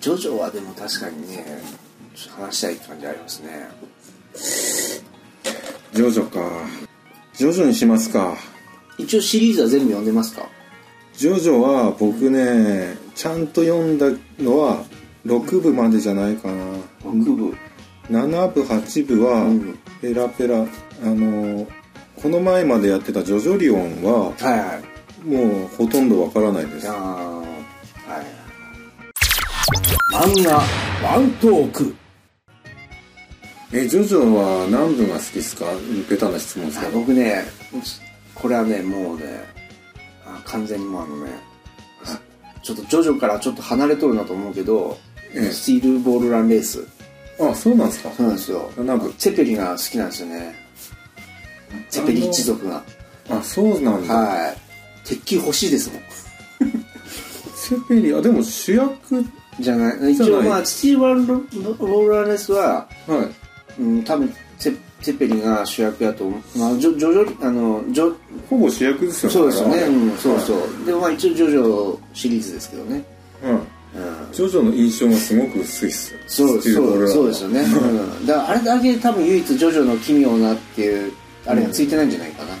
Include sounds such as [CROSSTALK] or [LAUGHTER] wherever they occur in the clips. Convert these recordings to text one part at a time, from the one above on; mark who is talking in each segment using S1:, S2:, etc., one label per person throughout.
S1: ジョジョはでも確かにねちょっと話したいって感じありますね
S2: ジョジョか。ジョジョにしますか。
S1: 一応シリーズは全部読んでますか
S2: ジョジョは僕ね、ちゃんと読んだのは6部までじゃないかな。
S1: 6部
S2: 7部、8部は
S1: うん
S2: ペラペラ。あの、この前までやってたジョジョリオンは
S1: はいはい
S2: もうほとんどわからないです。
S1: あはい漫画ワントーク
S2: え、ジョジョは何部が好きですかベタな質問ですけど。
S1: 僕ねこれはねもうねあ完全にもうあのねちょっとジョジョからちょっと離れとるなと思うけど、
S2: ええ
S1: スチールボールランレース
S2: あ、そうなんですか
S1: そうなんですよ
S2: なんか
S1: ツェペリが好きなんですよねツェペリ一族が
S2: あ、そうなんだ。
S1: はい鉄球欲しいですもん
S2: セペリ、あ、でも主役、はい。
S1: じゃない
S2: じゃ
S1: 一
S2: ない
S1: 応まあスチールボールボールランレースはうん、多分ツェツェペリが主役やと思う、まあ、ジョジョジョあのジョ
S2: ほぼ主役ですよね。
S1: そうですよね、
S2: あれ
S1: うん、そうそう、でまあ一応ジョジョシリーズですけどね、
S2: うん。
S1: うん、
S2: ジョジョの印象がすごく薄いっすよ。
S1: そう
S2: スチー
S1: そ
S2: ルボール
S1: う
S2: ラン
S1: そうですよね、うん、だからあれだけ多分唯一ジョジョの奇妙なっていうあれがついてないんじゃないかな
S2: あ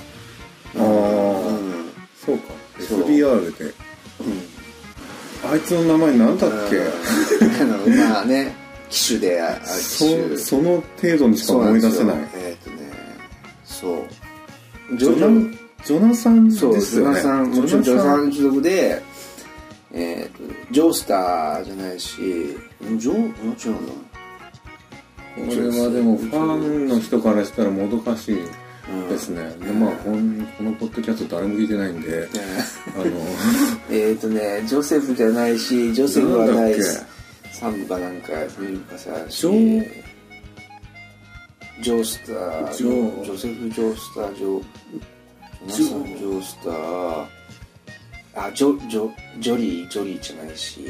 S2: あ、
S1: うん、
S2: そうか。
S1: そう
S2: FDR で。あいつの名前なんだっけ、
S1: うん、 [LAUGHS] あのまあね機種であ機種
S2: そその程度にしか思い出せない。
S1: えっ、とねそう
S2: ジョナジョナサンです
S1: そ
S2: よ
S1: う、
S2: ね。
S1: ジョナサン、もちろんジョナサ
S2: ン。
S1: ン一族で、えっ、と、ジョースターじゃないし、んジョー、もちろんな。
S2: これはでもファンの人からしたらもどかしいですね。でまあこんこのポッドキャスト誰も聞いてないんで、あの、
S1: えっとね、ジョセフじゃないし、ジョセフはないし
S2: なんだっ、
S1: サンバなんか、サンバさ、
S2: ジョー
S1: ジョースター、
S2: ジョー
S1: ジョセフ、ジョースター、ジョジョ
S2: ジョー
S1: ナサン、ジョースター、あ、ジョ、ジョ、ジョリー、ジョリーじゃないし、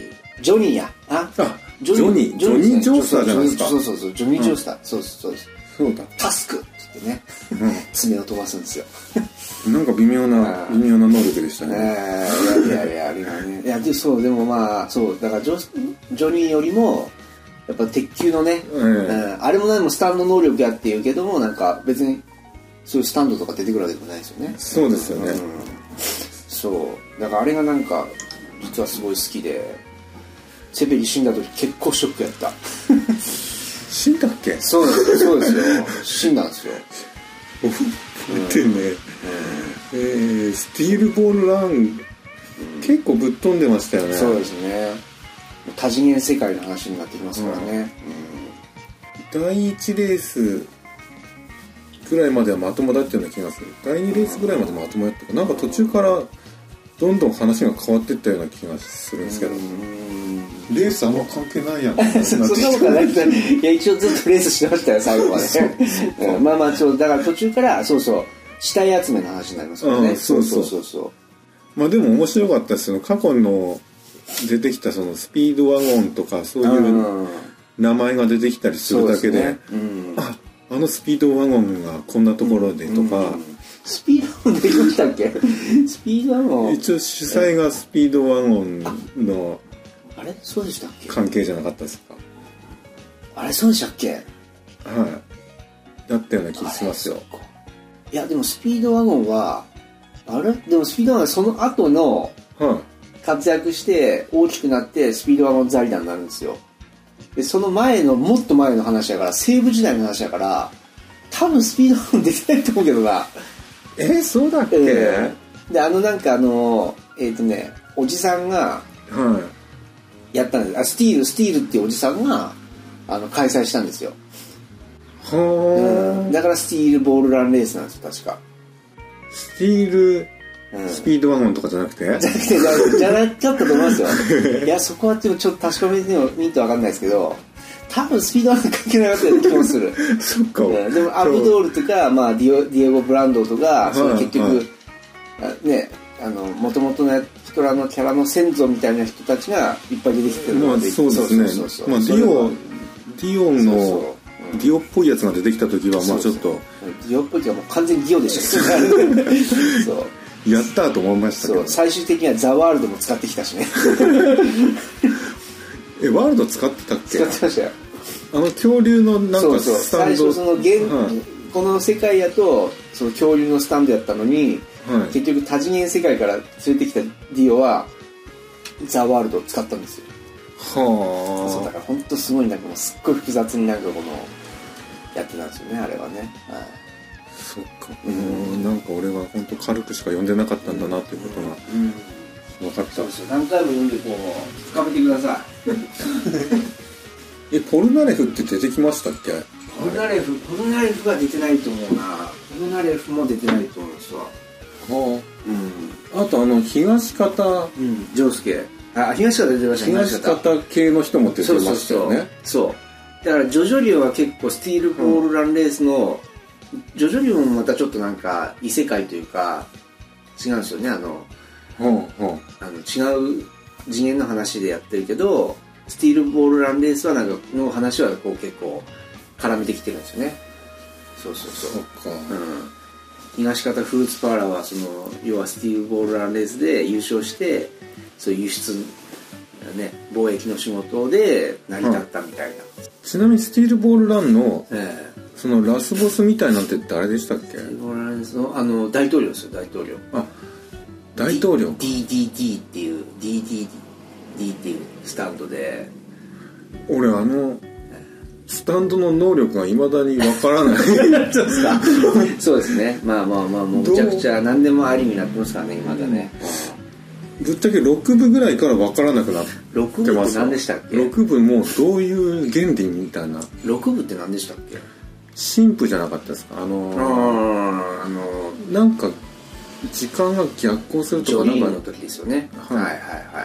S1: ジョニーや、あ、
S2: あジョニー、ジョニー・ジョースターじゃないですか。
S1: ジョニーそうそうそう、ジョニー・ジョースター。そうそうそうです。
S2: そうだ。
S1: タスクって言ってね、爪を飛ばすんですよ。
S2: なんか微妙な、
S1: うん
S2: 微妙な能力でした
S1: え
S2: ね。
S1: ーいやいやいや、あれがね。いや、でそう、でもまあ、そう、だからジョス、ジョニーよりも、やっぱ鉄球のね、
S2: ええ
S1: うんあれも何もスタンド能力やっていうけども、なんか別に、そういうスタンドとか出てくるわけでもないですよね。
S2: そうですよね。
S1: そう。だからあれがなんか、実はすごい好きで、セペリ死んだ時結構ショックやった。
S2: 死んだっけ
S1: そうですそうですよ [LAUGHS] 死んだんですよ
S2: ってね、えースティールボールラン結構ぶっ飛んでましたよね
S1: そうですね多次元世界の話になってきますからね、
S2: 第1レースくらいまではまともだったような気がする第2レースぐらいまでまともやったかなんか途中からどんどん話が変わってったような気がするんですけど、レースあんま関係ないやん [LAUGHS]
S1: そそんなことはないですいや一応ずっとレースしてましたよ最後まで、うんまあまあそうだから途中からそうそう死体集めの話になりますからね、
S2: うんそうそう
S1: そうそう
S2: まあでも面白かったですよ過去の出てきたそのスピードワゴンとかそう
S1: そう
S2: いう
S1: うん
S2: 名前が出てきたりするだけで
S1: そうすねうん
S2: ああのスピードワゴンがこんなところでとか、
S1: スピードも出てきましたっけスピードも
S2: 一応主催がスピードワゴンの
S1: あれそうでしたっけ
S2: 関係じゃなかったですか
S1: あれそうでしたっけ
S2: はいだったような気がしますよ
S1: いやでもスピードワゴンはあれでもスピードワゴンはその後の
S2: は
S1: 活躍して大きくなってスピードワゴンザリダーになるんですよでその前のもっと前の話やから西部時代の話やから多分スピードワゴン出てないと思うけどな、
S2: いえーそうだっけ、
S1: であのなんかあのえっ、とねおじさんが
S2: はい
S1: やったんですあスティールスティールっていうおじさんがあの開催したんですよ
S2: はあ
S1: だからスティールボールランレースなんですよ確か [LAUGHS]
S2: スティール
S1: うん
S2: スピードワゴンとかじゃなくて、
S1: [LAUGHS] じゃなじゃなかったと思いますよ
S2: [LAUGHS]
S1: いやそこはでもちょっと確かめてみると分かんないですけど多分スピードは関係なかったような気もする
S2: そっか、
S1: うんでもアブドールとか、まあ、ディオディエゴ・ブランドとか
S2: い
S1: その結局、
S2: はい
S1: あねあの元々の人らのキャラの先祖みたいな人たちがいっぱい出てきてる
S2: ま
S1: の
S2: あ
S1: で、
S2: そうですね
S1: そうそうそう
S2: まあデ
S1: それ
S2: ィ
S1: は
S2: オディオンの
S1: そうそううん
S2: ディオっぽいやつが出てきた時はまあち
S1: そ
S2: ょ
S1: う
S2: っ
S1: そう
S2: と
S1: ディオっぽいっていうかもう完全にディオで
S2: [LAUGHS]
S1: したけどそう
S2: やったーと思いましたけ
S1: そ
S2: ど
S1: う
S2: [LAUGHS]
S1: 最終的にはザ・ワールドも使ってきたしね
S2: えワールド使ってたっけ
S1: 使ってましたよ
S2: あの恐竜のなん
S1: そう
S2: か
S1: そう
S2: スタ
S1: 最
S2: ンド
S1: 初その現、
S2: はい
S1: この世界やとその恐竜のスタンドやったのに
S2: はい
S1: 結局多次元世界から連れてきたディオはザ・ワールドを使ったんですよそうだ
S2: は
S1: から本当すごいなんかもうすっごい複雑になんかこのやってたんですよねあれはね、はい
S2: あそっか
S1: うん
S2: うんなんか俺は本当軽くしか読んでなかったんだなっていうことが
S1: うん、
S2: 分かった
S1: そうそう何回も読んでこう深めてください
S2: えポルナレフって出てきましたっけ
S1: ポルナレフポルナレフが出てないと思うなポルナレフも出てないと思うんですわ
S2: は
S1: うん
S2: ああとあの東方
S1: うんジョウスケあ東方出てました
S2: 東方系の人も出て
S1: そ
S2: ま
S1: うそう
S2: したよ
S1: そ
S2: ね
S1: うそうだからジョジョリオは結構スティールボールランレースの、ジョジョリオもまたちょっとなんか異世界というか違うんですよねあの
S2: うんうん
S1: あの違う次元の話でやってるけどスティールボールランレースはなんかの話はこう結構絡めてきてるんですよねそうそうそう
S2: そっか
S1: うん、東方フルーツパーラーはその要はスティーブ・ボールランレースで優勝してそういう輸出、ね、貿易の仕事で成り立ったみたいな、
S2: ちなみにスティールボールランの
S1: ええ
S2: そのラスボスみたいなんて誰でしたっけ
S1: スティーブ・ボールランレースのあの大統領ですよ大統領
S2: あ大統領
S1: DDD っていう DDD っていうスタンドで
S2: 俺あのスタンドの能力がいまだにわから [LAUGHS] ない [LAUGHS]
S1: そうですねまあまあまあもうむちゃくちゃ何でもありになってますからね今だね、
S2: ぶっちゃけ6部ぐらいからわからなくなって
S1: 六部
S2: ま
S1: って
S2: す
S1: 何でしたっけ
S2: 6部もうどういう原理みたいな
S1: 6部って何でしたっけ
S2: 神父じゃなかったですかあ
S1: あ
S2: の
S1: ああの
S2: ーなんか時間が逆行する
S1: ジョ
S2: とか
S1: リ
S2: な
S1: ーン
S2: ん
S1: の
S2: か
S1: 時ですよね。は
S2: はいい
S1: はいはい。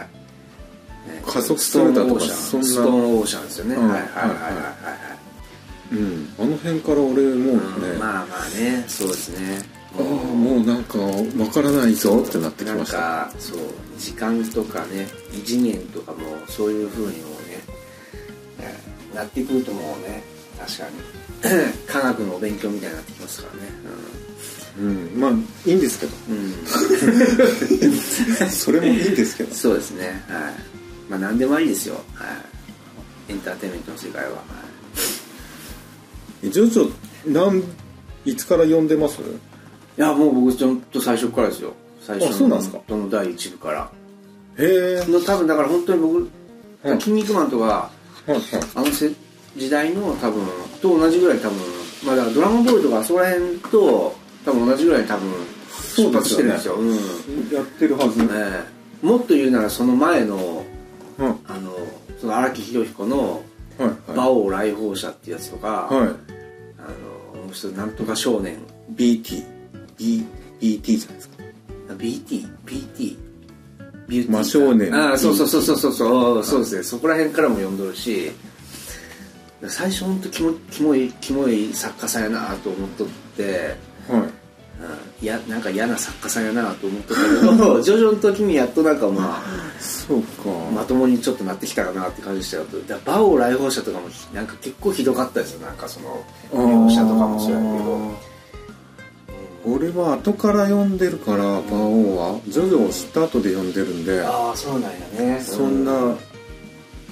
S1: ね
S2: 加速するだとか
S1: ストーンオーシャン
S2: そんな
S1: ストーンオーシャンですよね。
S2: う
S1: はい
S2: ん
S1: はいはいはいはい
S2: うんあの辺から俺もうね
S1: はい。うんまあまあね、そうですね。
S2: ああもうなんかわからないぞってなってき
S1: なん
S2: ました
S1: かそう時間とかね異次元とかもそういう風にもねねなってくるともうね確かに [CLEARS THROAT] 科学のお勉強みたいになってきますからね
S2: うんまあいい
S1: [LAUGHS]
S2: んですけど
S1: うん、うん
S2: それもいいんですけど
S1: そうですねはいまあ何でもありですよはいエンターテインメントの世界は、はい
S2: えジョジョ何いつから読んでます
S1: いやもう僕ちょっと最初からですよ最初の
S2: あそうなんですか
S1: どの第一部から
S2: へえ
S1: の多分だから本当に僕「
S2: うん
S1: 筋肉マン」とか
S2: はい
S1: あのせ時代の多分と同じぐらい多分まあだからドラゴンボール」とかそこら辺と多分同じぐらい多分
S2: う
S1: 出
S2: で
S1: 発
S2: すよね
S1: してるんですよう
S2: はいやってるは
S1: ん、
S2: ず
S1: ええもっと言うならその前の
S2: うん
S1: あのその荒木宏彦の
S2: はい
S1: 「
S2: は
S1: 馬王来訪者」ってやつとか、
S2: いは
S1: あ
S2: い
S1: のもう一つ「なんとか少年
S2: BT B BT じゃないですか」
S1: BT BT ビューティー
S2: 真少年
S1: ああそうそうそうそうそうそうそうですねそこら辺からも読んどるし最初本当キモキモいキモい作家さんやなと思っとって、
S2: はい
S1: うん、いやなんか嫌な作家さんやなと思っとったけ [LAUGHS] ど徐々の時にやっとなんかま
S2: そうか
S1: あまともにちょっとなってきたかなって感じでしたよだから「バオ来訪者」とかもなんか結構ひどかったですよなんかその描写とかもそうやけど
S2: 俺は後から読んでるから馬王はジョジョを知った後で読んでるんで
S1: ああそうなんやね
S2: そんな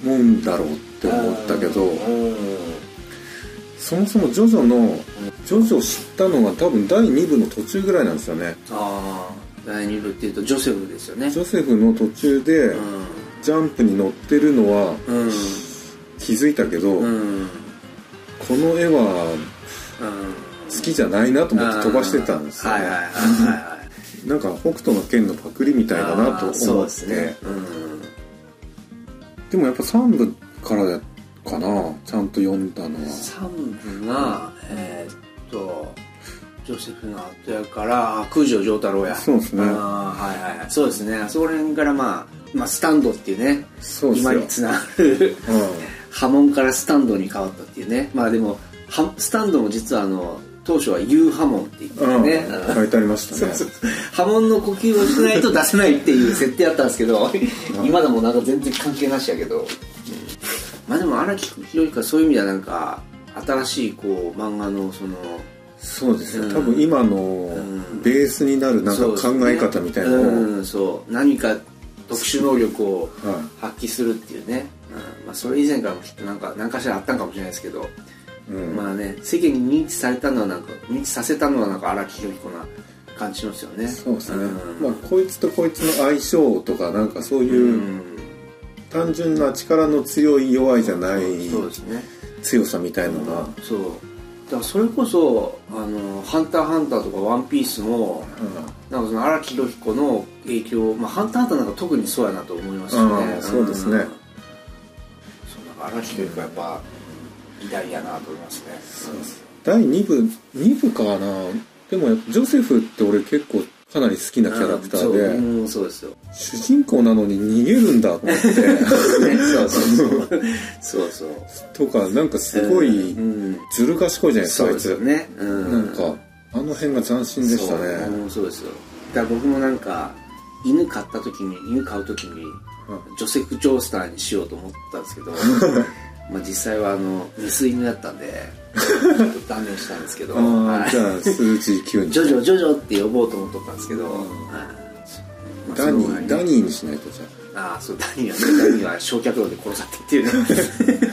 S2: もんだろうって思ったけど
S1: うん
S2: そもそもジョジョのジョジョを知ったのは多分第2部の途中ぐらいなんですよね
S1: ああ第二部っていうとジョセフですよね
S2: ジョセフの途中で
S1: う
S2: ジャンプに乗ってるのは
S1: んうん
S2: 気づいたけど、
S1: うん
S2: この絵は好きじゃないなと思って飛ばしてたんですよ、
S1: はいはいはいはいはい
S2: なんか北斗の剣のパクリみたいだなと
S1: あーそう
S2: 思っ
S1: で
S2: て
S1: す
S2: で,、
S1: ねうん
S2: もやっぱ3部からやかなちゃんと読んだのは
S1: 三部がえーっとジョセフの後やからあ空城城太郎や
S2: そうですね
S1: あーはいはいはいそうですねあそこら辺からまあまあスタンドっていうね
S2: そうです
S1: 今
S2: よ
S1: につながる
S2: う
S1: 波紋からスタンドに変わったっていうねまあでもはスタンドも実はあの当初は U 波紋って言って
S2: ん、うん
S1: ね、
S2: 書いてありました
S1: そう
S2: ね
S1: そう波紋の呼吸をしないと出せないっていう設定だったんですけど今でもなんか全然関係なしやけど、まあでも荒木宏之はそういう意味ではなんか新しいこう漫画のその
S2: そうですよ
S1: うん
S2: 多分今の
S1: ん
S2: ベースになるなんか
S1: そうですね
S2: 考え方みたいなのを
S1: うんそう何か特殊能力を
S2: は
S1: 発揮するっていうね、うんまあ、それ以前からもきっとなんか何かしらあったんかもしれないですけど、
S2: い、うん
S1: まあね世間に認知されたのはなんか認知させたのはなんか荒木宏彦な感じしますよね
S2: そうですね、
S1: ん
S2: まあこいつとこいつの相性とかなんかそう
S1: う
S2: いうん単純な力の強い弱いじゃない
S1: そうですね
S2: 強さみたいのが、
S1: そうだからそれこそ「あのハンターハンター」とか「ワンピースもなんかその荒木宏彦の影響、まあ、ハンターハンターなんか特にそうやなと思いますよ
S2: あ
S1: ね
S2: あそうですね
S1: んそうなんか荒木宏彦はやっぱ偉大やなと思いますねそうです
S2: 第2部2部かなでもやっぱジョセフって俺結構かなり好きなキャラクターで、
S1: そう,、うん、そうですよ、ね、
S2: 主人公なのに逃げるんだと思って
S1: そうそうそうそうそう
S2: とかなんかすごい
S1: うん、
S2: ずる賢いじゃないです
S1: そ
S2: か
S1: う
S2: あ
S1: で
S2: い
S1: す
S2: つ、
S1: よね、うん、
S2: なんかあの辺が斬新でしたね
S1: そう,、うん、そうですよだから僕もなんか犬買った時に犬買う時にジョセフ・ジョースターにしようと思ったんですけ
S2: [LAUGHS]
S1: どまあ実際はあのメス犬だった
S2: [LAUGHS]
S1: んでちょっと断念したんですけど
S2: うんあ
S1: は
S2: あ
S1: い
S2: じゃあ数字9
S1: [LAUGHS]
S2: に
S1: ジョジョジョジョって呼ぼうと思っとったんですけど、
S2: うん
S1: はい
S2: ダニーダ
S1: ー
S2: ニーにしないとじゃ
S1: ああそうダニーはねダニーは焼却炉で殺されたっていう
S2: [LAUGHS]
S1: ね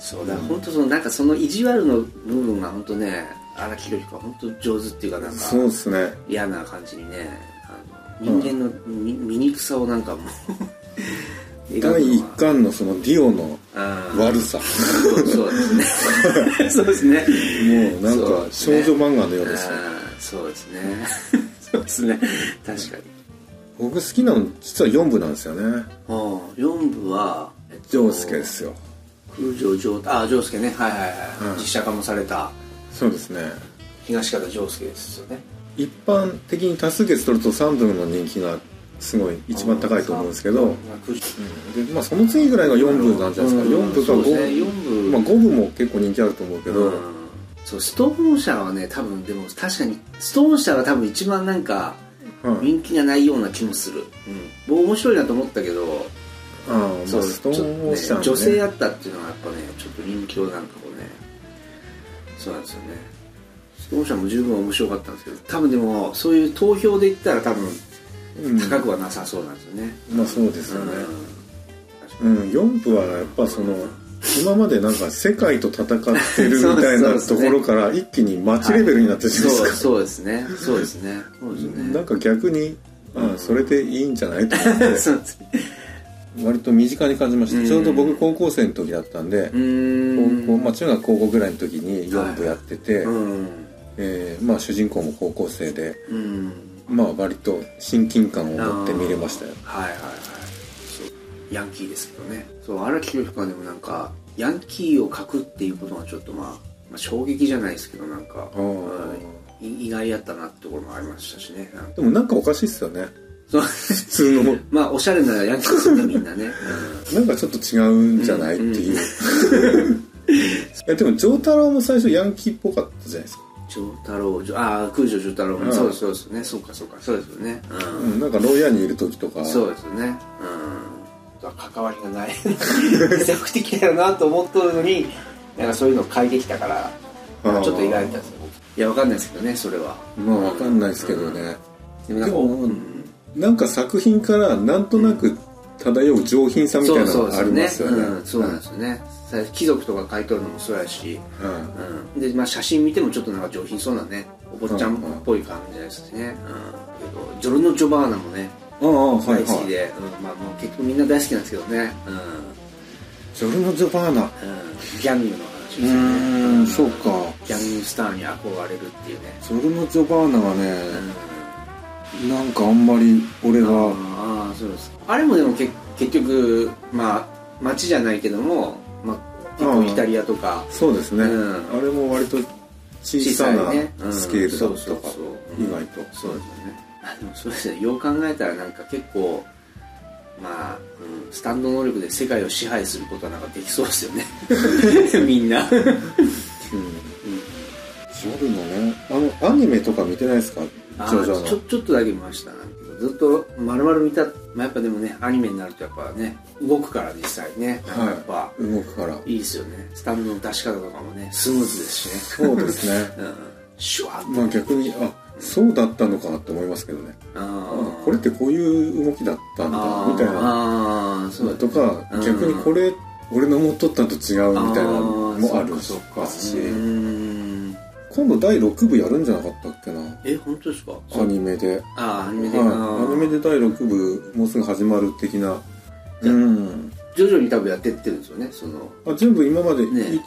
S1: そうだから本当そのなんかその意地悪の部分が本当ね荒木宏彦は本当上手っていうかなん
S2: あ
S1: か
S2: そうですね
S1: 嫌な感じにねあの人間のみ醜さをなんかもう描くのは
S2: 第1巻のそのディオの
S1: あー
S2: 悪さ
S1: そうそうですね [LAUGHS] そうですね
S2: もうなんか少女漫画のようですね
S1: そうですね [LAUGHS] あーそうですねそうですね確かに
S2: 僕好きなの実は4部なんですよね
S1: うん4部は
S2: ジョウスケですよ
S1: 空城城あ城介ねはいはいはい、
S2: うん
S1: 実写化もされた
S2: そうですね
S1: 東方城介ですよね
S2: 一般的に多数決取ると3部の人気がすごい一番高いと思うんですけど、
S1: うん空城
S2: でまあ、その次ぐらいが4部なんじゃないですか、
S1: う
S2: 4
S1: ん
S2: 部か
S1: そうですね
S2: 5部、
S1: 4部
S2: まあ、5部も結構人気あると思うけど、
S1: うんそうストーン社はね多分でも確かにストーン社は多分一番なんか
S2: はい
S1: 人気がないような気もする、うん、僕面白いなと思ったけど、
S2: ああまあ
S1: そう
S2: ストーンオーシャン、ね、
S1: ちょっとね女性やったっていうのはやっぱねちょっと人気をなんかこうねそうなんですよねストーン社も十分面白かったんですけど多分でもそういう投票で言ったら多分
S2: うん
S1: 高くはなさそうなんですよね、
S2: まあそうですよね、う
S1: うん
S2: ん、4部はやっぱその今までなんか世界と戦ってるみたい
S1: [LAUGHS] そう
S2: な
S1: ですね
S2: ところから一気に街レベルになってしまうん
S1: そう
S2: ですか、
S1: そうですねそうですねそうですね
S2: なんか逆に、ああそれでいいんじゃないと思っ
S1: そうですね
S2: て割と身近に感じました、
S1: うん
S2: ちょうど僕高校生の時だったんで
S1: う、ーん
S2: 高校まあ、中学高校ぐらいの時に4部やってて、
S1: うん
S2: えーまあ、主人公も高校生で、
S1: うん
S2: まあ、割と親近感を持って見れましたよ
S1: はいはいはいそうヤンキーですけどねそう荒木宏彦はでもなんかヤンキーを描くっていうことがちょっとまあ、まあ、衝撃じゃないですけどなんか
S2: あー
S1: うんい意外やったなってところもありましたしね
S2: [LAUGHS]
S1: なんか
S2: でもなんかおかしいっすよね
S1: そう
S2: 普通の
S1: [LAUGHS] まあおしゃれなヤンキーですねみんなね、
S2: なんかちょっと違うんじゃないっていう、
S1: [LAUGHS]
S2: いやでも丈太郎も最初ヤンキーっぽかったじゃないですか、
S1: うん、丈太郎丈ああ空城丈太郎も
S2: うん
S1: そうですそうですねそうかそうかそうですよねうん
S2: うん、なんか牢屋にいる時とか
S1: そうですよね。うん。関わりがない。 [LAUGHS] 全国的だよなと思っとるのに、なんかそういうのを変えてきたから、ち
S2: あ
S1: ょ
S2: ー
S1: っと意外だったんですよ。いや、わかんないですけどね、それは。
S2: まあわかんないですけどね、
S1: でもなんか、
S2: でも
S1: うん
S2: なんか作品からなんとなく漂う上品さみたいなのがありますよね
S1: うんそうなんですよね。さ貴族とか書いとるのもそうやし、
S2: はい
S1: うん。で、まあ写真見てもちょっとなんか上品そうなね、お坊ちゃんっぽい感じですしね。うん。けどジョルノ・ジョバーナもね、
S2: ああはいは
S1: 大
S2: い
S1: 好きで、うん、まあもう結局みんな大好きなんですけどね。うん。
S2: ジョルノ・ジョバーナ
S1: うんギャングの話
S2: う
S1: ですよね
S2: ーんそうか
S1: ギャングスターに憧れるっていうね、
S2: ジョルノ・ジョバーナは
S1: う
S2: ね、
S1: ん、
S2: なんかあんまり俺は
S1: ああそうですあれもでもけ結局まあ街じゃないけども、まあ、結構イタリアとか
S2: そうですね、
S1: うん
S2: あれも割と小さな
S1: ねうん
S2: スケールだ
S1: そ
S2: と
S1: う
S2: か
S1: そうそう
S2: 意外と
S1: そうですよねあでもそうですねよう考えたらなんか結構まあ、うん、スタンド能力で世界を支配することはなんかできそうですよね [LAUGHS] みんな
S2: うんジョルノねあのアニメとか見てないですかジ
S1: あ
S2: ョジ
S1: ーちょ
S2: ョ
S1: ちょっとだけ見ましたなんかずっと丸々見た、まあ、やっぱでもねアニメになるとやっぱね動くから実際ねなんかやっぱ、
S2: の動くから
S1: い、いですよねスタンドの出し方とかもねスムーズですしね
S2: そうですね
S1: うんシュワッと、
S2: まあ逆にあそうだったのかって思いますけどね
S1: あ
S2: これってこういう動きだったんだみたいな
S1: ああーそうだ
S2: とか、
S1: うん
S2: 逆にこれ俺の思っとったんと違うみたいなのもある
S1: そうかそうか
S2: し
S1: うーん
S2: 今度第6部やるんじゃなかったっけな
S1: え本当ですか
S2: アニメで、
S1: ああアニメで、
S2: はい、アニメで第6部もうすぐ始まる的なうん
S1: 徐々に多分やってってるんですよねその
S2: あ全部今まで
S1: ね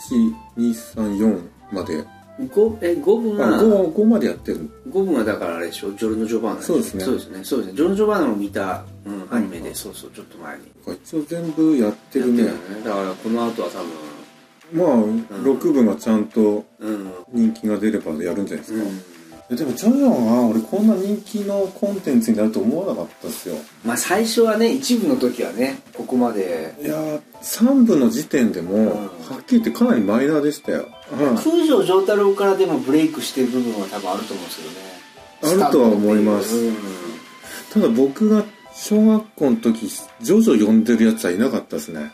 S2: 1234まで、
S1: 5え五分
S2: あ
S1: は
S2: 5, 5までやってる
S1: 五分はだからあれでしょジョルノ・ジョバーナしょ
S2: そうですね
S1: そうですねそうですねジョルノ・ジョバーナも見た、うん、アニメで、そうそうちょっと前に
S2: 一応全部やってるね
S1: やってるよねだからこの後は多分
S2: まあ6部がちゃんと
S1: うん
S2: 人気が出ればやるんじゃないです
S1: う
S2: か、
S1: ん
S2: えでもジョジョは俺こんな人気のコンテンツになると思わなかったですよ
S1: まあ最初はね一部の時はねここまで
S2: いやー3部の時点でも、
S1: ん
S2: はっきり言ってかなりマイナーでしたよ、うん
S1: 空城城太郎からでもブレイクしてる部分は多分あると思うんですけどね
S2: あるとは思います
S1: うん
S2: ただ僕が小学校の時ジョジョ読んでるやつはいなかったですね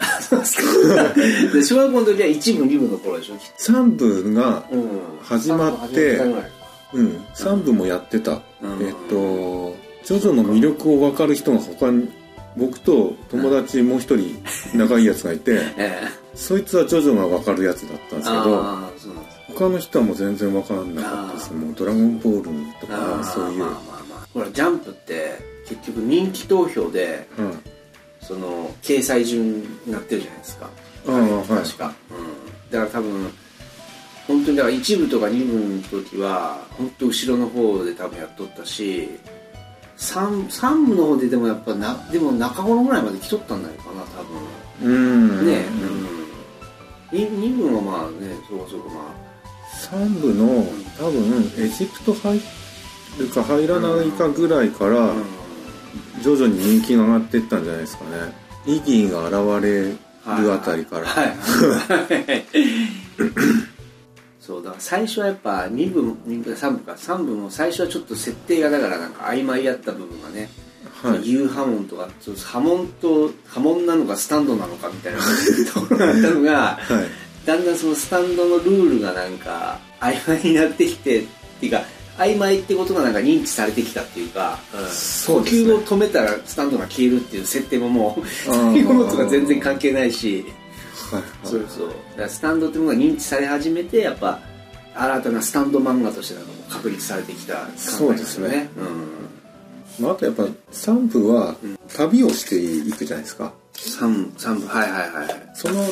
S1: で小学校の時は一部二部の頃でしょきっ
S2: 3部が
S1: と、うん、
S2: 始まって
S1: 三部始まったぐらい
S2: うん3部もやってた、
S1: うん
S2: えっとジョジョの魅力を分かる人が他に僕と友達もう一人仲いいやつがいて
S1: ええ
S2: そいつはジョジョが分かるやつだったんですけど
S1: ああそうなんです
S2: 他の人はもう全然分からなかったですもう「ドラゴンボール」と
S1: あ
S2: か
S1: あ
S2: そういう、
S1: まあまあまあほらジャンプって結局人気投票で
S2: うん、あ
S1: その掲載順になってるじゃないですか
S2: あはい
S1: 確か、うん、だから多分本当にだから一部とか二部の時は本当後ろの方で多分やっとったし三三部の方ででもやっぱなでも中頃ぐらいまで来とったんだよかな多分
S2: うん
S1: ねえ、うん、二二部はまあねそこそこま
S2: 3部の多分エジプト入るか入らないかぐらいから
S1: あ、うん
S2: 徐々に人気が上がっていったんじゃないですかねイギーが現れるあたりから、
S1: はいはいそうだから最初はやっぱ2部2部3部か3部も最初はちょっと設定がだからなんか曖昧やった部分がね、
S2: はい
S1: 牛波紋とかちょっと波紋と波紋なのかスタンドなのかみたいなところがあったのが
S2: はい
S1: だんだんそのスタンドのルールがなんか曖昧になってきてっていうか曖昧ってことがなんか認知されてきたっていうか、
S2: そう
S1: 呼
S2: です
S1: 吸
S2: ね
S1: を止めたらスタンドが消えるっていう設定ももう
S2: あー
S1: そう [LAUGHS] いうものとか全然関係ないし
S2: はい
S1: そうそうだからスタンドってものが認知され始めてやっぱ新たなスタンド漫画としてなんかもう確立されてきた感
S2: そうですね
S1: がありまよ
S2: まあ、あとやっぱ3部は旅をしていくじゃないですか
S1: うん、3, 三部はいはいはいはい
S2: その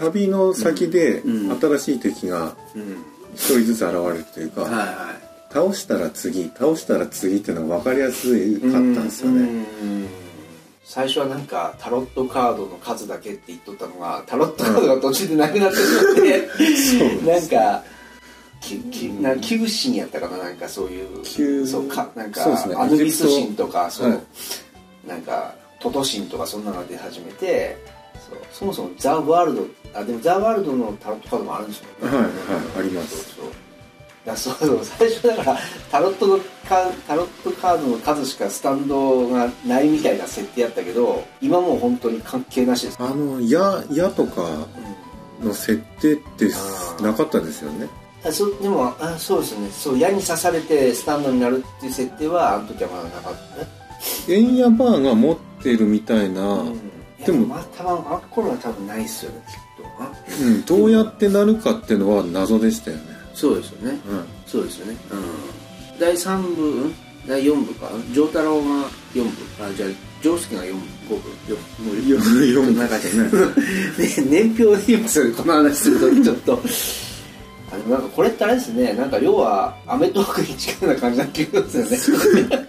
S2: 旅の先で
S1: うんうん
S2: 新しい敵が
S1: うん
S2: 一人ずつ現れるというか、
S1: はいはい
S2: 倒したら次倒したら次っていうのが分かりやすかったんですよね、
S1: うん最初はなんかタロットカードの数だけって言っとったのがタロットカードが途中でなくなってしまって、なんかききなキュウシンやったかななんかそういう
S2: キュウ
S1: そうかなんか
S2: そうですね
S1: アヌビス神とか
S2: ジ
S1: そ
S2: プト
S1: う、
S2: は
S1: なんかトト神とかそんなのが出始めてそうそもそもザ・ワールドあでもザ・ワールドのタロットカードもあるんですよね
S2: はいはいあります
S1: そうそうだそうそう最初だからタロットのかタロットカードの数しかスタンドがないみたいな設定やったけど今もう本当に関係なしです、
S2: あの矢矢とか
S1: う
S2: の設定って
S1: あー
S2: なかったですよね
S1: ん、あそでもあそうですねそう矢に刺されてスタンドになるっていう設定はあの時はまだなかったね、
S2: 円矢バーが持ってるみたいな、
S1: う
S2: うん
S1: んいや
S2: でも
S1: まあ多分あの頃は多分ないっすよねきっとあ
S2: どうやってなるかっていうのは謎でしたよね、
S1: そうですよね
S2: うん、
S1: そうですよね、うん、第3部うん第4部か丈太郎が4部あじゃあ丈介が4部5部よもう
S2: よ4部
S1: なんか
S2: で
S1: [LAUGHS] ね
S2: すね
S1: 年表で言いますよねこの話するときちょっとあでもなんかこれってあれですねなんか要はアメトークに近いような感じな気がするんですよね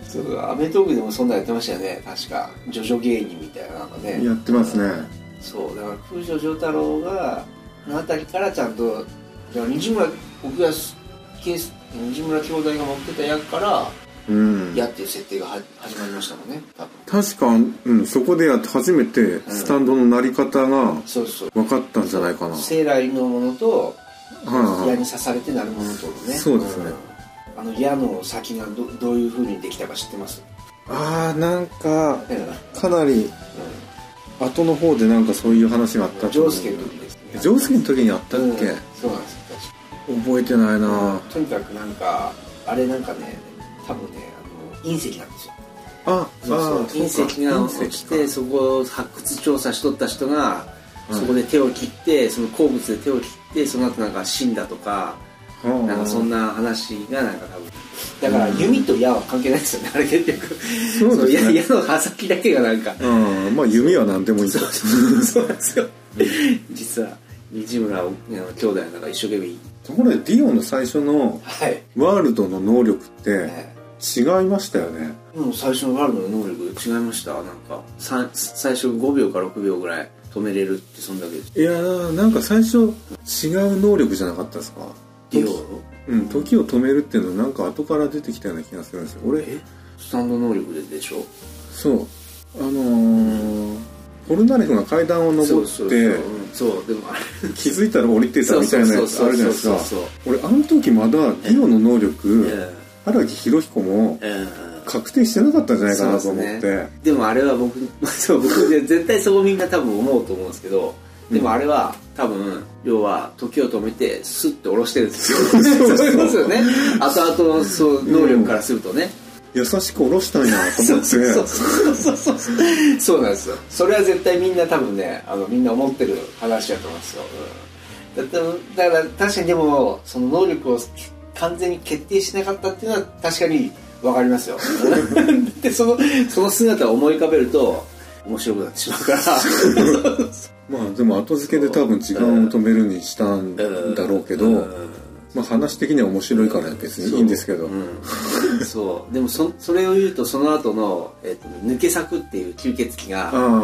S2: [LAUGHS]
S1: そうアメトークでもそんなやってましたよね確かジョジョ芸人みたいななんかね
S2: [LAUGHS] やってますね
S1: そうだから空城城太郎がのあたりからちゃんとじゃあ西村僕がすケース西村兄弟が持ってた役から
S2: うん
S1: やっていう設定がは始まりましたもんね多分
S2: 確か、うん、そこでやって初めてスタンドのなり方が
S1: そうそう
S2: 分かったんじゃないかな、
S1: 生来のものと
S2: はい
S1: 矢
S2: は
S1: に
S2: い
S1: 刺されてなるものとのね
S2: そうですね
S1: うんあの矢の先がどどういうふうにできたか知ってます、
S2: ああなんか
S1: うんうん、
S2: かなり後の方でなんかそういう話があった
S1: ジョースケの時ですね
S2: ジョースケの時にあったっけ、
S1: うんそうなんです確か
S2: 覚えてないな
S1: とにかくなんかあれなんかね多分ねあの隕石なんですよ
S2: あ
S1: そうそう
S2: あ
S1: 隕石が落ちてそこを発掘調査しとった人が、
S2: うん
S1: そこで手を切ってその鉱物で手を切ってその後なんか死んだとかなんかそん
S2: な
S1: な話がなんか多分だから弓と矢は関係ないですよねあ [LAUGHS] れ結局
S2: そうですね
S1: の矢矢の刃先だけがなんか [LAUGHS]
S2: うんまあ弓は何でもいいんだ
S1: そうそうそうなんですよ実は西村あの兄弟なんか一生懸命
S2: ところでディオンの最初の
S1: はい、
S2: ワールドの能力って
S1: ね
S2: 違いましたよね
S1: もう最初のワールドの能力違いましたなんかさ最初5秒か6秒ぐらい止めれるってそんだけです
S2: いやーなんか最初違う能力じゃなかったですか
S1: ディオ
S2: うん時を止めるっていうのはなんか後から出てきたような気がするんですよ俺
S1: えスタンド能力ででしょ
S2: そうあのーホルナレフが階段を登
S1: そ
S2: っ
S1: うそうそう
S2: て
S1: うんそうでもあれ
S2: 気づいたら降りてたみたいなやつあるじゃないですか
S1: そうそうそうそう
S2: 俺あの時まだディオの能
S1: え
S2: 力
S1: え
S2: 荒木博彦も
S1: ええ
S2: 確定してなかったんじゃないかなと思っ
S1: そう
S2: て
S1: ですでもあれは僕 [LAUGHS] そう僕で絶対そこみんな多分思うと思うんですけどでもあれは多分要は時を止めてスッて下ろしてるんですよ
S2: そうそ
S1: [LAUGHS]
S2: う
S1: そうですよね後々のそう能力からするとね、
S2: 優しく下ろしたんやと
S1: そ
S2: 思っ
S1: う
S2: て
S1: そうそうそうそうそうそうなんですよそれは絶対みんな多分ねあのみんな思ってる話だと思うんですよ、うんだってだから確かにでもその能力を完全に決定しなかったっていうのは確かに分かりますよ [LAUGHS] でそのその姿を思い浮かべると面白くなってしまうから
S2: まあでも後付けで多分時間を止めるにしたんだろうけど、
S1: うん
S2: まあ話的には面白いから別にいいんですけど、
S1: そう,、ん、そうでもそそれを言うとその後の、えっと抜け柵っていう吸血鬼が、
S2: あ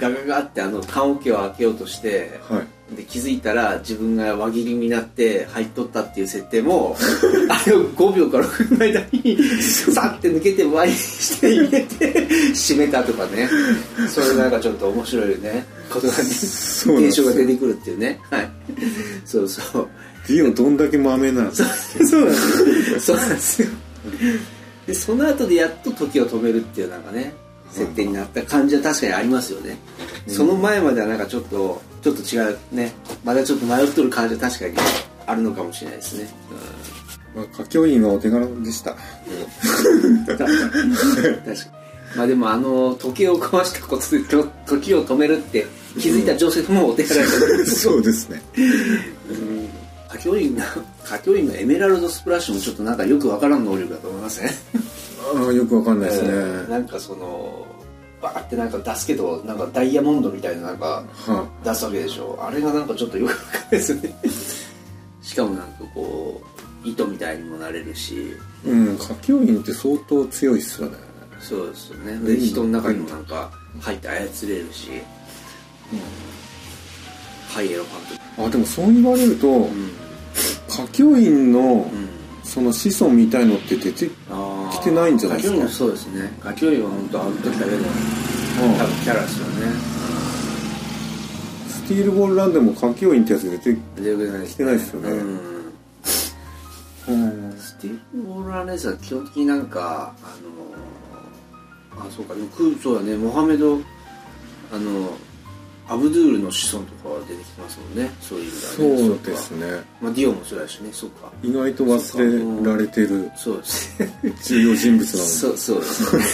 S1: ガガガってあの棺桶を開けようとして
S2: あはい
S1: で気づいたら自分が輪切りになって入っとったっていう設定も [LAUGHS] あれを5秒から6秒の間
S2: [LAUGHS]
S1: にさって抜けて輪にして入れて閉めたとかねそれなんかちょっと面白いねことがね
S2: そうなんで
S1: 現象
S2: すよ
S1: が出てくるっていうねはいそうそう
S2: ディオンどんだけ豆なんですか
S1: そうなんですよ [LAUGHS] そうなんですよでその後でやっと時を止めるっていうなんかね設定になった感じは確かにありますよね、その前まではなんかちょっとちょっと違うねまだちょっと迷っとる感じは確かにあるのかもしれないですね、
S2: まあ歌教員はお手柄でした
S1: うん、確かにまあでもあの時計を壊したことでと時を止めるって気づいた女性もお手柄だけど、 [LAUGHS]
S2: そうですね
S1: うん歌教員の歌教員のエメラルドスプラッシュもちょっとなんかよくわからん能力だと思いません、
S2: ああよくわかんないですね、
S1: うんなんかそのバーってなんか出すけどなんかダイヤモンドみたいななんか
S2: は
S1: 出すわけでしょあれがなんかちょっとよくわかんないですよね [LAUGHS] しかもなんかこう糸みたいにもなれるし
S2: いうん歌教員って相当強いっすよね
S1: そうですよね
S2: う
S1: で
S2: ん
S1: 人の中にもなんか入って操れるし、ハイエロファント
S2: あでもそう言われると、
S1: うん
S2: 歌教員の
S1: うん
S2: その子孫みたいのって出て
S1: あー
S2: 来てないんじゃないです
S1: ガキョウ
S2: か
S1: リもそうですねガキョウリは本当あの時だけの多分キャラですよね
S2: スティールボールランでも歌教員ってやつ出て
S1: 出てないで
S2: 来てないですよね
S1: うん
S2: うん
S1: スティーブ・ボール・アレスは基本的になんかあのあそうかでもクーそうだねモハメドあのアブドゥールの子孫とかは出てきますもんねそういう意味ではね
S2: そうです
S1: か
S2: ね
S1: まあディオンもそうだしねそうか
S2: 意外と忘れられてる
S1: そうですね
S2: 重要人物なの
S1: そうそうですね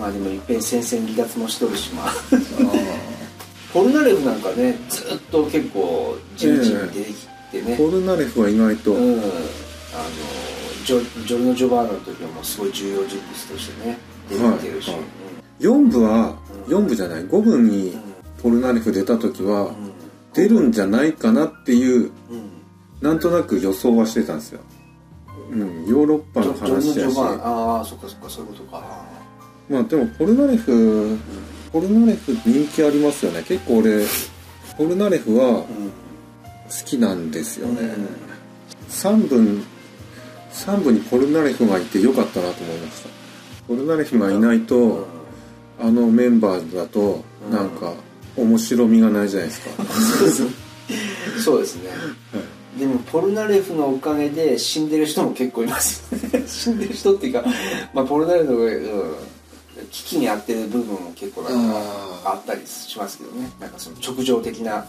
S1: まあでもいっぺん戦線離脱もしとるしまあポルナレフなんかねずっと結構地道に出てきてね、
S2: でポルナレフは意外と、
S1: うん、あのジョジョルノ・ジョバーナの時はもうすごい重要人物としてね出てきてるし、
S2: はいは
S1: う
S2: い
S1: ん
S2: 4部は4部じゃない5部にポルナレフ出た時は出るんじゃないかなっていう
S1: うんうん
S2: なんとなく予想はしてたんですよ、うん、ヨーロッパ
S1: ジ
S2: の
S1: ョジョルノ・
S2: 話
S1: ジ
S2: や
S1: ョ
S2: し
S1: バーナああそっかそっかそういうことか
S2: まあでもポルナレフポルナレフ人気ありますよね結構俺ポルナレフは
S1: うん
S2: 好きなんですよね、
S1: うん
S2: 3分3部にポルナレフがいてよかったなと思いましたポルナレフがいないとあのメンバーだと
S1: うん
S2: なんか面白みがないじゃないですか、
S1: うんそうですねでもポルナレフのおかげで死んでる人も結構い
S2: [LAUGHS]
S1: ますよね死んでる人っていうか、まあ、ポルナレフの、うん、危機に遭ってる部分も結構なんか
S2: あー
S1: あったりしますけどねなんかその直情的な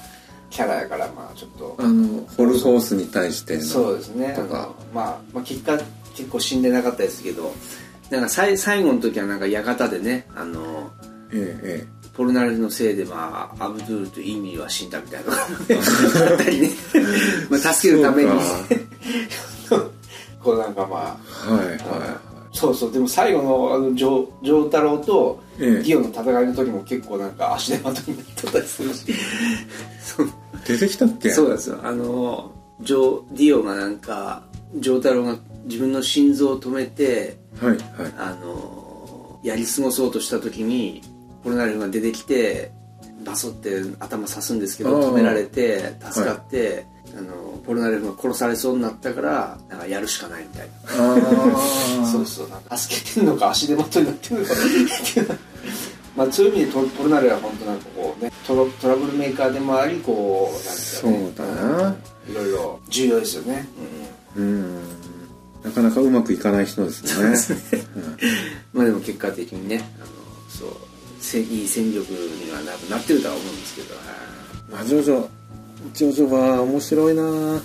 S1: キャラやからまあちょっと、
S2: あのホルホースに対しての
S1: そうですね
S2: とか
S1: あのまあ、まあ結果結構死んでなかったですけどなんかさい最後の時はなんか館でねあの
S2: ええ
S1: ポルナレフのせいで、まあ、アブドゥールとイミは死んだみたいなの
S2: [LAUGHS]
S1: があったりね、まあ、助けるためにこうなんかま
S2: え
S1: あ
S2: はいはいは
S1: そうそうでも最後のあのジョジョー太郎とデ
S2: ええ
S1: ィオの戦いの時も結構なんか足手まといになってたりする
S2: [LAUGHS]
S1: しそう
S2: い出てきたっけ
S1: そうなんですよあのジョディオがなんかジョー太郎が自分の心臓を止めて
S2: はいはい
S1: あのやり過ごそうとした時にポルナレフが出てきてバソって頭刺すんですけど
S2: あー
S1: 止められて助かって、あのポルナレフが殺されそうになったからなんかやるしかないみたいな
S2: あ
S1: [LAUGHS]
S2: あ
S1: そうそうなんか助けてんのか足手まといになってるのかっていうまあそういう意味でポポルナレフは本当なんかこうねトラトラブルメーカーでもありこうなんです
S2: そ
S1: よね
S2: うだない
S1: ろいろ重要ですよね、
S2: うんなかなかうまくいかない人ですね
S1: [LAUGHS] まあでも結果的にねあのそうせいい戦力にはななってるとは思うんですけどはい
S2: まあジョジョジョジョは面白いな
S1: 無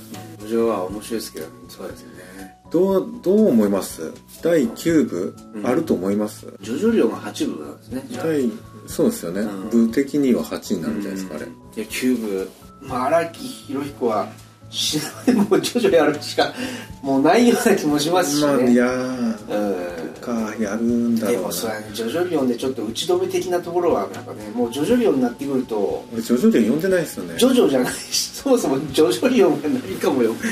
S1: 情は面白いですけどそうですよね
S2: どうどう思います第9部、
S1: うん
S2: あると思います
S1: ジョジョ量が8部なんですねじゃあ
S2: 第そうですよね、
S1: うん
S2: 部的には8になるんじゃないですか、あれ
S1: うんいや9部まあ荒木博彦は死ぬまでもう [LAUGHS] ジョジョやるしかもうないような気もしますし
S2: まあい
S1: ね、
S2: やー
S1: うん
S2: かやるんだ
S1: で
S2: ろう
S1: も
S2: な
S1: そうやねジョジョ量でちょっと打ち止め的なところはなんかねもうジョジョ量になってくると
S2: 俺ジョジョで読んでないですよね
S1: ジョジョじゃないし、そもそもジョジョリオンが何かもよ。 [LAUGHS]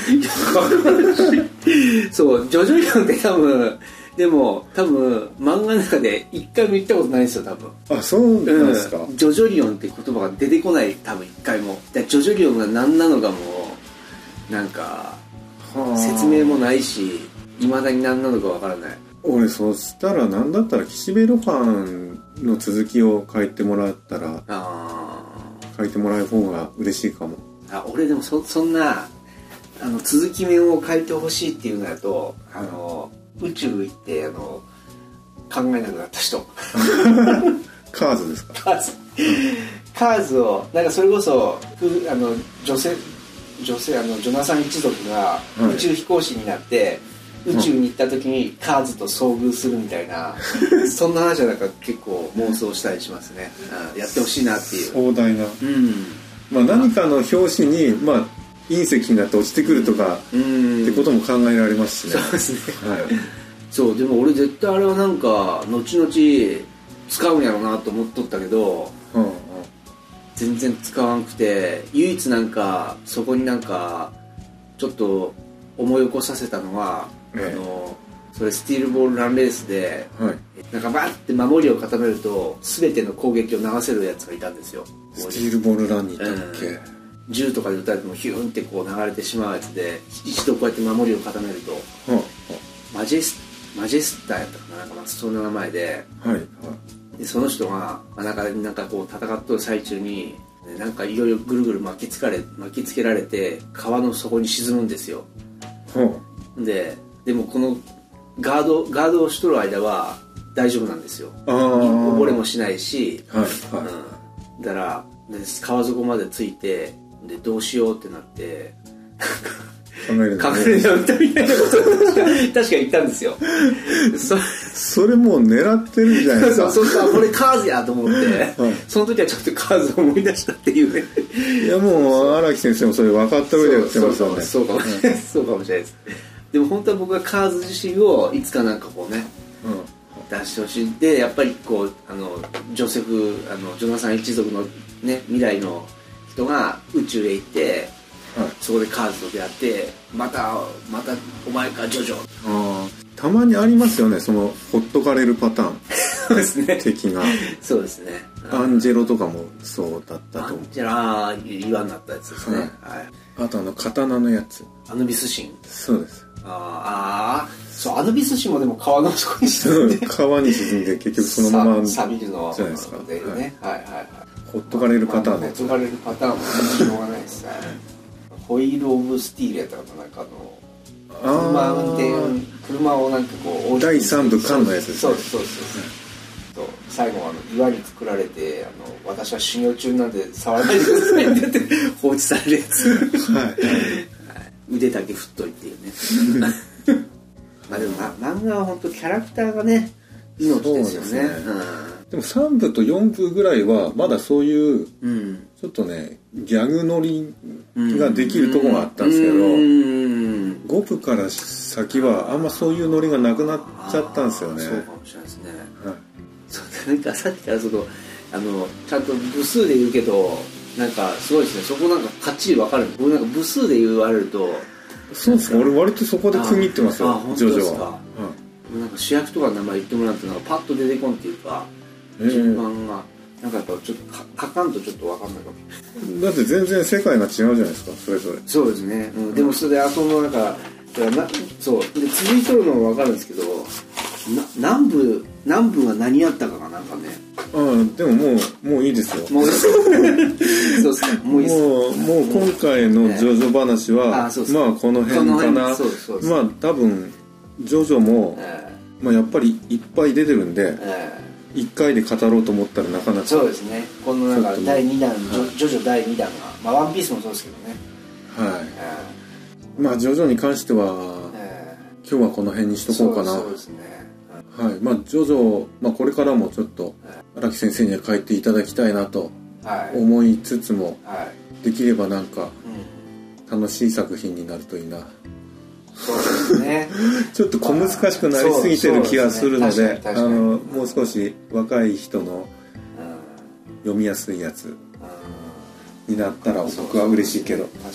S1: そう、ジョジョリオンって多分、でも多分漫画の中で一回も言ったことないんですよ、多分。
S2: あそうなんですか、
S1: ジョジョリオンって言葉が出てこない、多分一回も。だからジョジョリオンが何なのかも、なんか、
S2: はあ
S1: 説明もないし、いまだに何なのかわからない。
S2: 俺そしたらなんだったら岸辺露伴の続きを書いてもらったら
S1: あ
S2: 書いてもらう方が嬉しいかも
S1: ーあ、俺でもそそんな、あの、続き面を書いてほしいっていうのだと、あの、宇宙行って、あの、考えなくなった人。 [LAUGHS]
S2: カーズ [LAUGHS] ですか
S1: カーズ。カーズを、なんかそれこそ、ふあの、女性、女性、あの、ジョナサン一族が
S2: は
S1: 宇
S2: い
S1: 宙飛行士になって、宇宙に行った時にカーズと遭遇するみたい
S2: [LAUGHS]
S1: な、そんな話はなんか結構妄想したりしますね。うんやってほしいなっていう。
S2: 壮大な、
S1: うん。
S2: まあ、何かの表紙に、まあ、隕石になって落ちてくるとか、
S1: うん。
S2: ってことも考えられますしね
S1: そうですね。
S2: はい、
S1: そうでも俺絶対あれはなんか後々使うんやろうなと思っとったけど
S2: うんうん
S1: 全然使わんくて唯一なんかそこになんかちょっと思い起こさせたのは、
S2: え
S1: あ
S2: え
S1: のそれスティールボールランレースで
S2: はい、
S1: なんかバッて守りを固めると全ての攻撃を流せるやつがいたんですよ
S2: スティールボールランにいたっけ、
S1: うん銃とかで撃たれてもヒューンってこう流れてしまうやつで一度こうやって守りを固めると
S2: うん
S1: マジェスマジェスターやったかななんかまあそんな名前で
S2: うんはいはい
S1: でその人が、まあ、なんかなんかこう戦っとる最中にねなんかいろいろぐるぐる巻きつかれ巻きつけられて川の底に沈むんですよ
S2: うん
S1: ででもこのガードガードをしとる間は大丈夫なんですよ
S2: ああ
S1: 溺れもしないし、
S2: はい
S1: うん
S2: は、
S1: だからで川底までついてでどうしようってなって
S2: い、考えるの [LAUGHS] ね
S1: 隠れちゃったみたいなことを確か確か言ったんですよ
S2: [LAUGHS]
S1: そ
S2: それもう狙ってるんじゃないで
S1: [LAUGHS]
S2: す
S1: そ
S2: か
S1: うそうそうこれカーズやと思って、
S2: はい
S1: その時はちょっとカーズを思い出したっていうね
S2: いやもう荒木先生もそれ分かった上でやって
S1: そう
S2: ます
S1: そ
S2: よ
S1: う
S2: ね
S1: そうかもしれない、そうかもしれないですでも本当は僕はカーズ自身をいつかなんかこうね
S2: うん
S1: 出してほしいでやっぱりこうあのジョセフあのジョナサン一族のね未来の人が宇宙へ行って
S2: はい
S1: そこでカーズと出会ってまたまたお前かジョジョ
S2: あーたまにありますよねそのほっとかれるパターン
S1: そうですね
S2: 的
S1: [LAUGHS]
S2: な
S1: そうですね
S2: アンジェロとかもそうだった
S1: ア
S2: と思
S1: ンジェラー言わんなったやつですね、
S2: はい
S1: はい、
S2: うあとあの刀のやつ
S1: アヌビス神
S2: そうです
S1: あーあーそうアヌビス神もでも川の底に沈んで
S2: [LAUGHS] 川に沈んで結局そのまま
S1: さ錆びるのは
S2: じゃないですか
S1: でね、はい、はいはい
S2: ほっとかれるパターンの
S1: ね
S2: や
S1: と
S2: つ
S1: がれるパターンもしょうがないですねホイール・オブ・スティールやったかななんかあの車運
S2: あ
S1: 転車をなんかこう
S2: 第三部缶のやつですね
S1: そうそうそうそう、そう最後はあの岩に作られてあの「私は修行中なんで触らないでください」って言って放置されるやつ腕だけ振っといてね
S2: [LAUGHS]
S1: まあでも、ま、漫画は本当キャラクターがね命ですよ
S2: そう
S1: ね
S2: ですねでも3部と4部ぐらいはまだそういう
S1: うん、うん
S2: ちょっとねギャグ乗りができるとこがあったんですけど、
S1: うん
S2: 5部から先はあんまそういうノリがなくなっちゃったんですよね
S1: そうかもしれないですね
S2: はい
S1: そうなんかさっきからそのあのちゃんと部数で言うけどなんかすごいですねそこなんかかっちり分かる僕なんか部数で言われると
S2: そうですか俺割とそこで区切ってます
S1: あ
S2: よ
S1: 本
S2: ジ
S1: 当
S2: ョジ
S1: で
S2: ョ
S1: すか
S2: は、
S1: なんか主役とかの名前言ってもらうとなんかパッと出てこんっていうか
S2: うんええ
S1: 順番がなんかやっぱちょっとか書かんとちょっと分かんないかも
S2: だって全然世界が違うじゃないですかそれぞれ
S1: そうですね、うん、でもそれであそのなんかだからなそうで続いとるのは分かるんですけどな南部南部が何やったかがなんかね
S2: うんでももうもういいですよ
S1: もう
S2: [LAUGHS]
S1: そうっすねもういいっす
S2: もうもう今回のジョジョ話
S1: ね
S2: は、
S1: あそうそう
S2: まあこの辺
S1: この
S2: か
S1: 辺
S2: な
S1: そうそうそう
S2: まあ多分ジョジョも、
S1: ええ
S2: まあ、やっぱりいっぱい出てるんで
S1: ええ
S2: 1回で語ろうと思ったらなかなか、
S1: そ
S2: は
S1: うですねこのなん
S2: ちょっ
S1: か
S2: とね
S1: 第2弾ジョジョジョ第2弾がまあワンピースもそうですけどね
S2: い、まあジョジョに関しては
S1: え
S2: 今日はこの辺にしとこうかな
S1: そうですね
S2: はいまあジョジョ、まあ、これからもちょっと荒木先生には帰っていただきたいなと
S1: はい
S2: 思いつつも
S1: はい
S2: できればなんか
S1: うん
S2: 楽しい作品になるといいな
S1: そうですね
S2: ちょっと小難しくなりすぎてる気がするので
S1: そうそうですね確
S2: あ
S1: かに確かに
S2: のもう少し若い人の
S1: うんうん
S2: 読みやすいやつになったら僕は嬉しいけど
S1: 確かに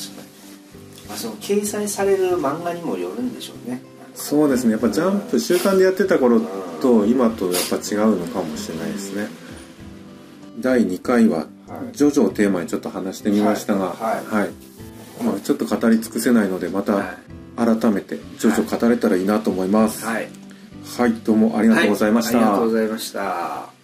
S1: まあその掲載される漫画にもよるんでしょうね
S2: そうですねやっぱジャンプ週刊でやってた頃と今とやっぱ違うのかもしれないですね第2回は
S1: はい
S2: ジョジョをテーマにちょっと話してみましたが
S1: はい
S2: はい、まあ、ちょっと語り尽くせないのでま
S1: は
S2: た改めてジョジョ語れたらいいなと思います
S1: はい
S2: はい、どうもありがとうございました、
S1: はいありがとうございました